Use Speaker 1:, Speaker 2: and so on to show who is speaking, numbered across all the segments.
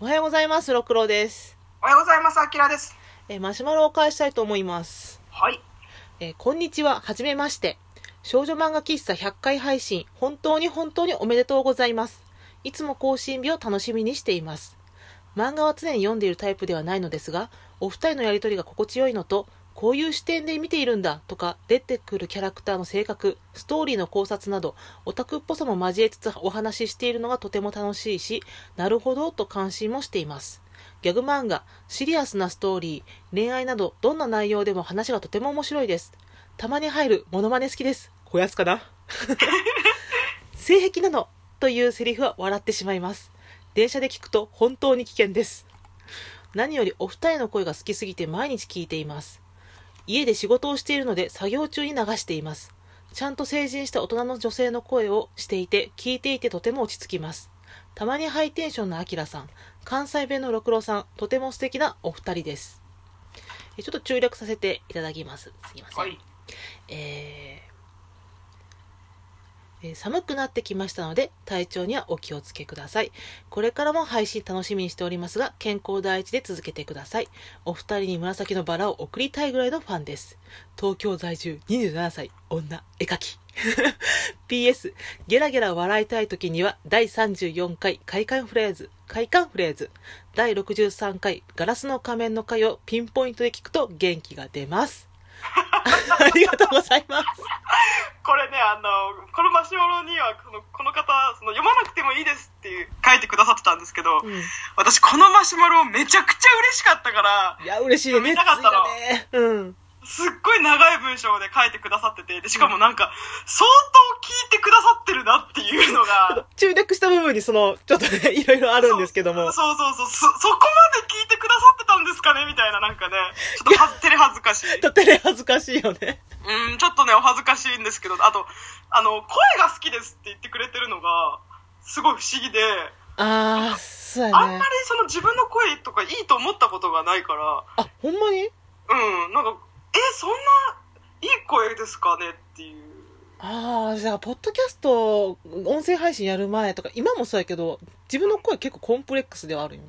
Speaker 1: おはようございます、ろくろです。
Speaker 2: おはようございます、あきらです。
Speaker 1: えーマシュマロをお返したいと思います。
Speaker 2: はい。
Speaker 1: えーこんにちは、はじめまして。少女漫画喫茶100回配信、本当に本当におめでとうございます。いつも更新日を楽しみにしています。漫画は常に読んでいるタイプではないのですが、お二人のやりとりが心地よいのと、こういう視点で見ているんだとか、出てくるキャラクターの性格、ストーリーの考察など、オタクっぽさも交えつつお話ししているのがとても楽しいし、なるほどと関心もしています。ギャグ漫画、シリアスなストーリー、恋愛など、どんな内容でも話がとても面白いです。たまに入るモノマネ好きです。こやつかな性癖なのというセリフは笑ってしまいます。電車で聞くと本当に危険です。何よりお二人の声が好きすぎて毎日聞いています。家で仕事をしているので作業中に流しています。ちゃんと成人した大人の女性の声をしていて、聞いていてとても落ち着きます。たまにハイテンションなアキラさん、関西弁の六郎さん、とても素敵なお二人です。えちょっと注略させていただきます。すいません。
Speaker 2: はい。
Speaker 1: えーえー寒くなってきましたので体調にはお気をつけくださいこれからも配信楽しみにしておりますが健康第一で続けてくださいお二人に紫のバラを贈りたいぐらいのファンです東京在住27歳女絵描き PS ゲラゲラ笑いたい時には第34回快感フレーズ快感フレーズ第63回ガラスの仮面の回をピンポイントで聞くと元気が出ます ありがとうございます
Speaker 2: これね、あの、このマシュマロには、このこの方その、読まなくてもいいですっていう書いてくださってたんですけど、
Speaker 1: うん
Speaker 2: 私、このマシュマロめちゃくちゃ嬉しかったから、
Speaker 1: いや、嬉しいよね。
Speaker 2: 見たかったの
Speaker 1: 熱いよね。うん。
Speaker 2: すっごい長い文章で書いてくださってて、でしかもなんか、相当聞いてくださってるなっていうのが、
Speaker 1: 注力した部分に、その、ちょっとね、いろいろあるんですけども。
Speaker 2: そうそうそう、そ、そこまで聞いてくださってたんですかねみたいな、なんかね、ちょっとは照れ恥ずかしい。
Speaker 1: とてれ恥ずかしいよね。
Speaker 2: うん、ちょっとね、お恥ずかしいんですけど、あと、あの、声が好きですって言ってくれてるのが、すごい不思議で、
Speaker 1: あー、そう
Speaker 2: あ
Speaker 1: や
Speaker 2: んま
Speaker 1: ね
Speaker 2: り。その自分の声とかいいと思ったことがないか
Speaker 1: あ、ほんまに
Speaker 2: ら、うん、なんか、え、そんないい声ですかねっていう。
Speaker 1: あー、じゃあ、ポッドキャスト、音声配信やる前とか、今もそうやけど、自分の声結構コンプレックスではあるよね。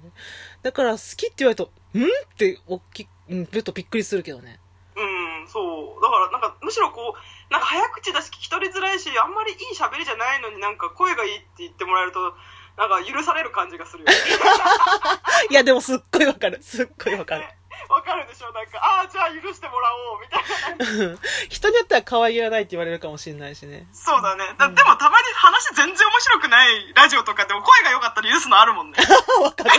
Speaker 1: だから、好きって言われると、んって、おっき、うん、ちょっとびっくりするけどね。
Speaker 2: うん、そう。だから、なんか、むしろこう、なんか早口だし聞き取りづらいし、あんまりいい喋りじゃないのになんか声がいいって言ってもらえると、なんか許される感じがするよね。
Speaker 1: いや、でもすっごいわかる。すっごいわかる。
Speaker 2: わかるでしょなんか、ああ、じゃあ許してもらおう、みたいな。
Speaker 1: うん 人によっては可愛げがないって言われるかもしれないし ね。
Speaker 2: そうだね。だ
Speaker 1: うん
Speaker 2: でもたまに話全然面白くないラジオとかでも声が良かったら許す のあるもんね。
Speaker 1: あ、わかる。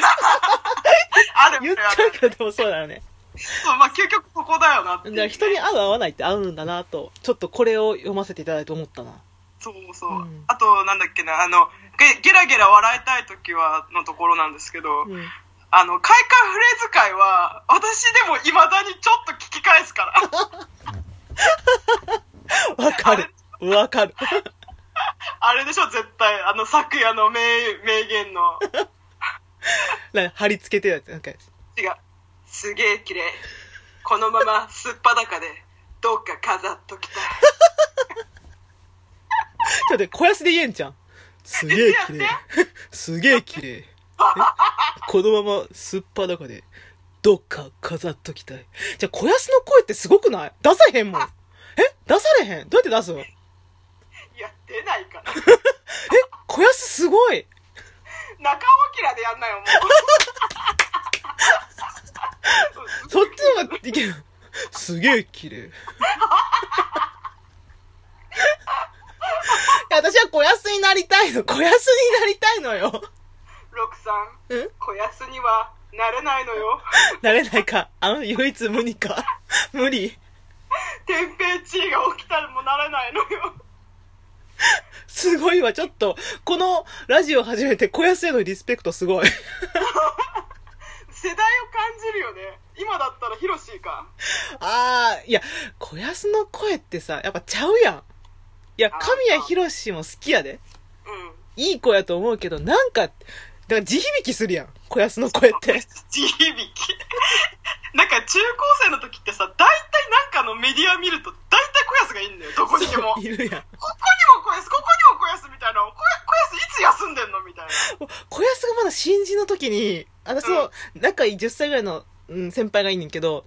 Speaker 2: ある
Speaker 1: 言っ
Speaker 2: よね。
Speaker 1: ち
Speaker 2: あ
Speaker 1: ゃう
Speaker 2: る
Speaker 1: けど、でもそうだよね。
Speaker 2: そう、まあ究極ここだよなっていう
Speaker 1: じゃあ人に合う合わないって合うんだなと、ちょっとこれを読ませていただいて思ったな。
Speaker 2: そうそう。
Speaker 1: うん
Speaker 2: あと、なんだっけな、あの、ゲゲラゲラ笑いたい時はのところなんですけど、
Speaker 1: うん、
Speaker 2: あの、快感フレーズ会は、私でも未だにちょっと聞き返す から。
Speaker 1: わかる。わかる。
Speaker 2: あれでしょ、絶対。あの、昨夜の名名言の。
Speaker 1: な貼り付けてるやつ。なんか、
Speaker 2: 違う。すげえ綺麗。このまますっぱだかで、どっか飾っときたい。
Speaker 1: ちょっと小安で言えんじゃん。すげえ綺麗
Speaker 2: や。
Speaker 1: すげえ綺麗。えこのまますっぱだかで、どっか飾っときたい。じゃあ小安の声ってすごくない出さへんもん。え出されへんどうやって出すのえ
Speaker 2: いや、出ないから。
Speaker 1: 小安すごい
Speaker 2: 中尾明でやんなよ、もう。
Speaker 1: そっちの方がいける。すげえ綺麗。いや、私は小安になりたいの。小安になりたいのよ。
Speaker 2: 六さん、
Speaker 1: ん
Speaker 2: 小安にはなれないのよ。
Speaker 1: なれないか。あの、唯一無二か。無理。
Speaker 2: 天平地位が起きたらもうなれないのよ。
Speaker 1: すごいわ、ちょっと。このラジオ始めて小安へのリスペクトすごい。
Speaker 2: 世代を感じるよね。今だったらヒロシーか。
Speaker 1: あー、いや、小安の声ってさ、やっぱちゃうやん。いや、
Speaker 2: あー
Speaker 1: 神谷博士も好きやで。
Speaker 2: うん。
Speaker 1: いい子やと思うけど、なんか、だから地響きするやん。小安の声って。
Speaker 2: 地響き。 なんか中高生の時ってさ、大体なんかのメディア見ると、大体小安がいいんだよ、どこにでも。ここに
Speaker 1: いるやん。
Speaker 2: も小安、ここにも小安みたいな。小小安いつ休んでんのみたいな。
Speaker 1: 小安がまだ新人の時に、私の仲いい10歳ぐらいの、うん、先輩がいいねんけど、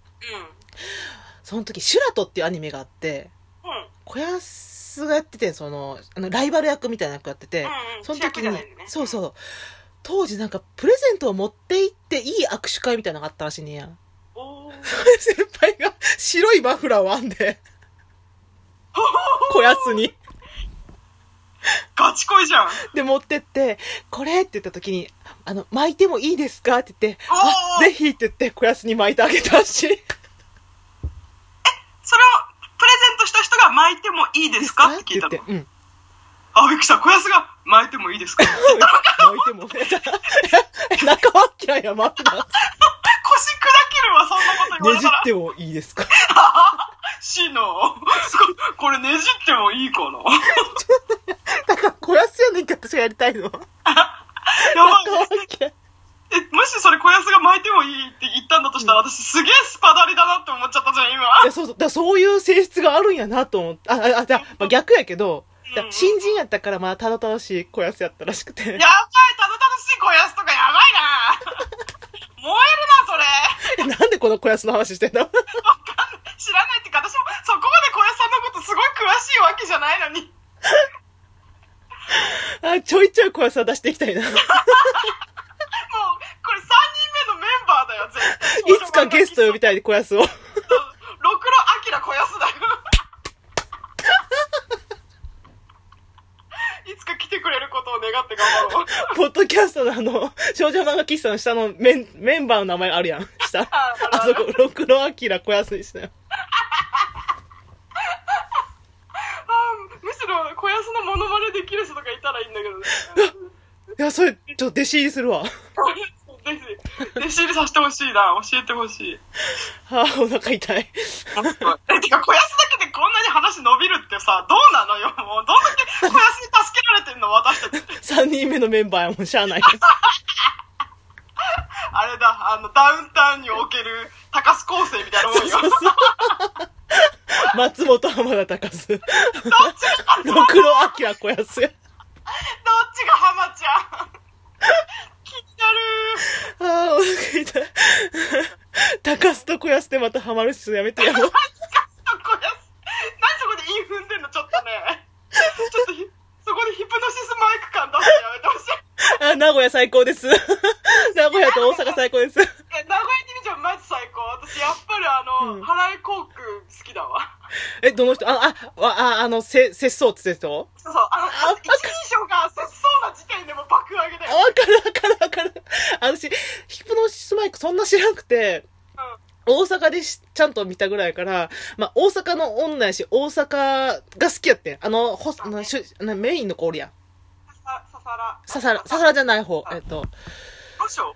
Speaker 1: その時、シュラトっていうアニメがあって、
Speaker 2: うん。うん。
Speaker 1: 小安がやってて、その、あの、ライバル役みたいな役やってて、
Speaker 2: うんうん
Speaker 1: その時
Speaker 2: 主役じ
Speaker 1: に、
Speaker 2: ゃないのね
Speaker 1: そうそう、当時なんかプレゼントを持って行っていい握手会みたいなのがあったらしいねんや。
Speaker 2: おー。
Speaker 1: 先輩が白いマフラーを編んで、 小安に。
Speaker 2: ガチ恋じゃん。
Speaker 1: で、持ってって、これって言った時に、あの、巻いてもいいですかって言って、
Speaker 2: お
Speaker 1: あ、
Speaker 2: ー
Speaker 1: ぜひって言って、小安に巻いてあげたし。
Speaker 2: それをプレゼントした人が巻いてもいいですかって聞いた
Speaker 1: って
Speaker 2: の。
Speaker 1: 言って、うん。
Speaker 2: あ、びっくりした。小安が巻いてもい いですか腰砕
Speaker 1: 巻いても、え、中は明やマフラ
Speaker 2: けるわ、そんなこと
Speaker 1: ー。
Speaker 2: 言
Speaker 1: ね
Speaker 2: われ
Speaker 1: じ
Speaker 2: た
Speaker 1: っ
Speaker 2: ら。
Speaker 1: てもいいですか
Speaker 2: 死の。これねじってもいいかな。
Speaker 1: だから小安やねんけど私がやりたいのは。
Speaker 2: やばい
Speaker 1: 中。は明
Speaker 2: え、もしそれ小安が巻いてもいいって言ったんだとしたら、私すげえスパダリだなって思っちゃったじゃん、今。
Speaker 1: いやそうそうだからそういう性質があるんやなと思って、あ、あ、あ、だまあ、逆やけど、だから新人やったからまあただただしい小安やったらしくて
Speaker 2: やばい、。たどたどしい小安とかやばいな 燃えるな、それ。
Speaker 1: えなんでこの小安の 話してんだ
Speaker 2: わかんない。知らないっていうか、私もそこまで小安さんのことすごい詳しいわけじゃないの に。
Speaker 1: あ、ちょいちょい小安は出していきたいな。い
Speaker 2: もう、これ3人目のメンバーだよ、絶 対。
Speaker 1: つかゲスト呼びたい小安を。
Speaker 2: ろくろあきら小安だ よ。いつか来てくれることを願って頑張ろう。
Speaker 1: ポッドキャストのあの、少女漫画喫茶の下のメンメンバーの名前あるやん。下。
Speaker 2: ああ
Speaker 1: あそこ、ろくろあきら小安にしたよ。
Speaker 2: あむしろ小安のモノマネできる人とかいたらいいんだけ どね。
Speaker 1: いや、それ、ちょっと弟子入りするわ。
Speaker 2: ぜひ、弟子入りさせてほしいな。教えてほしい。
Speaker 1: はあ、お腹痛い。
Speaker 2: え、てか、小安だけでこんなに話伸びるってさ、どうなのよ。もう、どんだけ小安に助けられてんの、私たち。
Speaker 1: 3人目のメンバーやもん、しゃあない。
Speaker 2: あれだ、あの、ダウンタウンにおける高須高生みたいなもん
Speaker 1: そ
Speaker 2: よ。
Speaker 1: う そう松本浜田隆 す。ろ
Speaker 2: どっちが、どっち
Speaker 1: くろあきら小安や。
Speaker 2: が浜ちゃん。気になる。
Speaker 1: ああ、お腹痛い。 高須と小安でまたハマるし、やめてよ。
Speaker 2: 高須と小安。なんでそこでイン踏んでんの、ちょっとね。ちょっとひ、そこでヒプノシスマイク感出してやめてほしい。
Speaker 1: あ 名古屋最高です。名古屋と大阪最高です。
Speaker 2: え名古屋にいるじゃんマジ最高私やっぱりあの、
Speaker 1: うん
Speaker 2: 原井航空好きだわ
Speaker 1: え、どの人あ、あ、あ、あの、せ、節操って言ってた人
Speaker 2: そうそうあ
Speaker 1: あ
Speaker 2: の一人称が節操な時点でもう爆上げだ
Speaker 1: あ、
Speaker 2: よ、
Speaker 1: わかるわかるわかる。あの私、ヒプノシスマイクそんな知らなくて、
Speaker 2: うん、
Speaker 1: 大阪でしちゃんと見たぐらいから、まあ、大阪の女やし、大阪が好きやってん。あの、ホス、あのしゅあのメインの子おるやん。
Speaker 2: さささら
Speaker 1: ささら、ささらじゃない方。えっと、
Speaker 2: どうしよう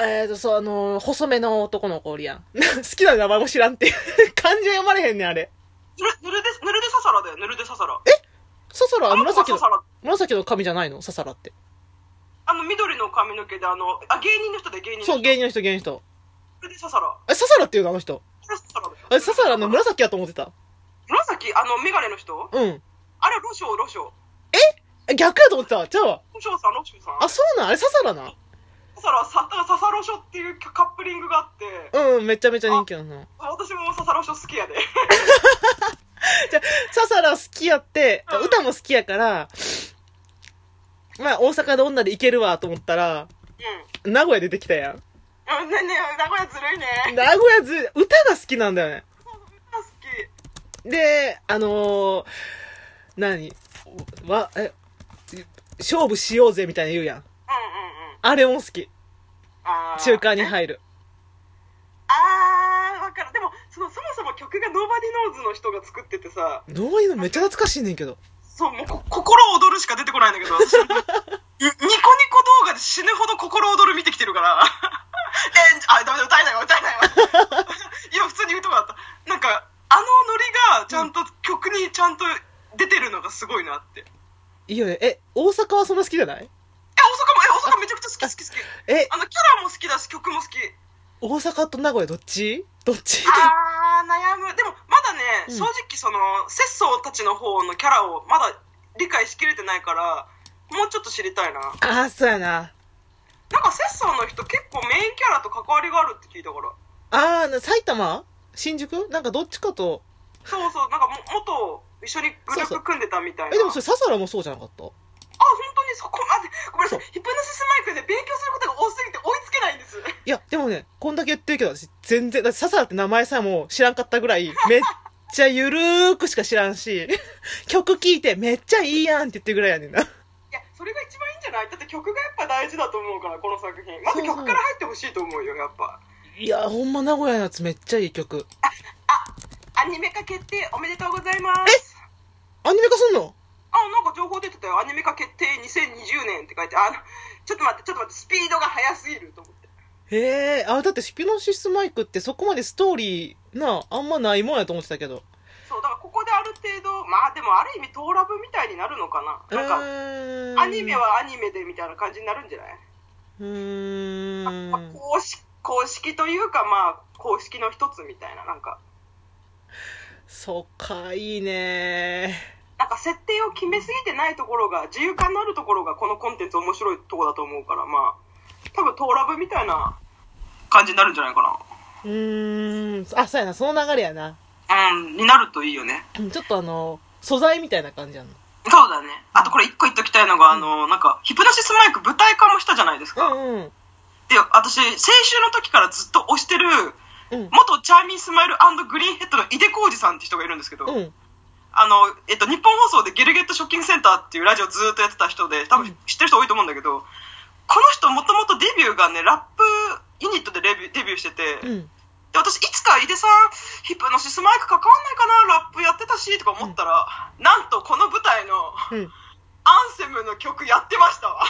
Speaker 1: えっ、と、そう、あの、細めの男の子おるやん。 好きな名前も知らんって いう。漢字は読まれへんねん、あれ。
Speaker 2: ぬるぬるでぬるでささらだよぬるでささら
Speaker 1: ササラは
Speaker 2: あの子
Speaker 1: 紫の
Speaker 2: ささ、ら
Speaker 1: 紫の髪じゃないのササラって。
Speaker 2: あの緑の髪の毛であのあ芸人の人で芸人の人
Speaker 1: そう、芸人の人、芸人の人。
Speaker 2: ぬるでささら
Speaker 1: え、ササラっていうの、あの人。
Speaker 2: これささらだよ
Speaker 1: え、ササラの紫やと思ってた。
Speaker 2: 紫あの眼鏡の人
Speaker 1: うん。
Speaker 2: あれロショウロショウ
Speaker 1: え、逆やと思ってた。じゃあ、
Speaker 2: ロショウさんロショウさん
Speaker 1: あ、そうなんあれササラな。
Speaker 2: ささらさだからささロショっていうカップリングがあって
Speaker 1: うん、めちゃめちゃ人気なの。
Speaker 2: 私もささロショ好きやで
Speaker 1: ササラ好きやって、
Speaker 2: うん
Speaker 1: 歌も好きやから、まあ、大阪で女でいけるわと思ったら、
Speaker 2: うん
Speaker 1: 名古屋出てきたやん。
Speaker 2: うんねね名古屋ずるいね。
Speaker 1: 名古屋ず、歌が好きなんだよね。
Speaker 2: 好き。
Speaker 1: で、あのー、何わ、え、勝負しようぜみたいな言うやん。
Speaker 2: うんうんうん。
Speaker 1: あれも好き。
Speaker 2: あー
Speaker 1: 中間に入る。
Speaker 2: あー、わかる。でも、その、そもそも曲がノーバディノーズの人が作っててさ、
Speaker 1: どういうのめっちゃ懐かしいねんけど。
Speaker 2: そう、もうこ、心躍るしか出てこないんだけど、 私ニコニコ動画で死ぬほど心躍る見てきてるから、 えんあ、ダメだ、歌えないわ、歌えない わ。今普通に言うとこだった。なんか、あのノリが、ちゃんと、曲にちゃんと出てるのがすごいなって。え、
Speaker 1: いいよね。え、大阪はそんな好きじゃない
Speaker 2: 大阪も、え、大阪めちゃくちゃ好き、好き、好き。
Speaker 1: え、
Speaker 2: あの、キャラも好きだし、曲も好き。
Speaker 1: 大阪と名古屋どっちどっち
Speaker 2: あー悩むでもまだね、
Speaker 1: うん
Speaker 2: 正直その拙僧たちの方のキャラをまだ理解しきれて ないからもうちょっと知りたいななん
Speaker 1: ああ、そうやな。
Speaker 2: か拙僧の人結構関わりがあるって聞いたから。
Speaker 1: あー、な埼玉新宿なんかどっちかと。
Speaker 2: そうそう、なんかも、元、一緒にグループ組んでたみたいな。
Speaker 1: え、でもそれ、ササラもそうじゃなかった
Speaker 2: あ、本当にそこ、あ、でごめんなさい。ヒプノシスマイクで勉強することが多すぎて追いつけないんです。
Speaker 1: いや、でもね、こんだけ言ってるけど、私全然、だってササラって名前さ、もう知らんかったぐらい、めっちゃゆるーくしか知らんし、 曲聴いてめっちゃいいやんって言ってるぐらいやねんな。
Speaker 2: いや、それが一番いいんじゃないだって曲がやっぱ大事だと思うから、この作品。まず
Speaker 1: そうそう
Speaker 2: 曲から入ってほしいと思うよ、やっぱ。
Speaker 1: いや、ほんま名古屋のやつめっちゃいい曲。
Speaker 2: アニメ化決定おめでとうございます。
Speaker 1: アニメ化すんの
Speaker 2: あ、なんか情報出てたよ。アニメ化決定2020年って書いて、あの、ちょっと待って、ちょっと待って、スピードが速すぎると思って。
Speaker 1: へえ、あ、だってヒプノシスマイクってそこまでストーリーな、あんまないもんやと思ってたけど。
Speaker 2: そう、だからここである程度、まあでもある意味、トーラブみたいになるのかな。なんか、
Speaker 1: うーん
Speaker 2: アニメ。はアニメでみたいな感じになるんじゃないう
Speaker 1: ー
Speaker 2: まあ
Speaker 1: ん。
Speaker 2: 公式公式というかまあ公式の一つみたいななんか
Speaker 1: そっか、いいね
Speaker 2: なんか設定を決めすぎてないところが自由感のあるところがこのコンテンツ面白いとこだと思うからまあ多分トーラブみたいな感じになるんじゃないか
Speaker 1: うーん。あ、そうやな、その流れやな。
Speaker 2: なうんになるといいよね
Speaker 1: うんちょっとあの、素材みたいな感じやな。
Speaker 2: そうだねあとこれ一個言っときたいのが、あのなんかヒプノシスマイク舞台化もしたじゃないですか、
Speaker 1: うんうん。
Speaker 2: で私先週の時からずっと推してる
Speaker 1: うん。
Speaker 2: 元チャーミースマイルグリーンヘッドの井出浩二さんって人がいるんですけど、
Speaker 1: うん。
Speaker 2: あの、えっと、日本放送でゲルゲットショッキングセンターっていうラジオずーっとやってた人で、多
Speaker 1: う
Speaker 2: 分
Speaker 1: ん
Speaker 2: 知ってる人多いと思うんだけど、この人もともとデビューがね、ラップユニットでレビューデビューしてて、
Speaker 1: うん。
Speaker 2: で、私いつか井出さん、ヒップノシスマイク関わんないかな、ラップやってたし、とか思ったら、なんとこの舞台の
Speaker 1: うん。
Speaker 2: アンセムの曲やってましたわ。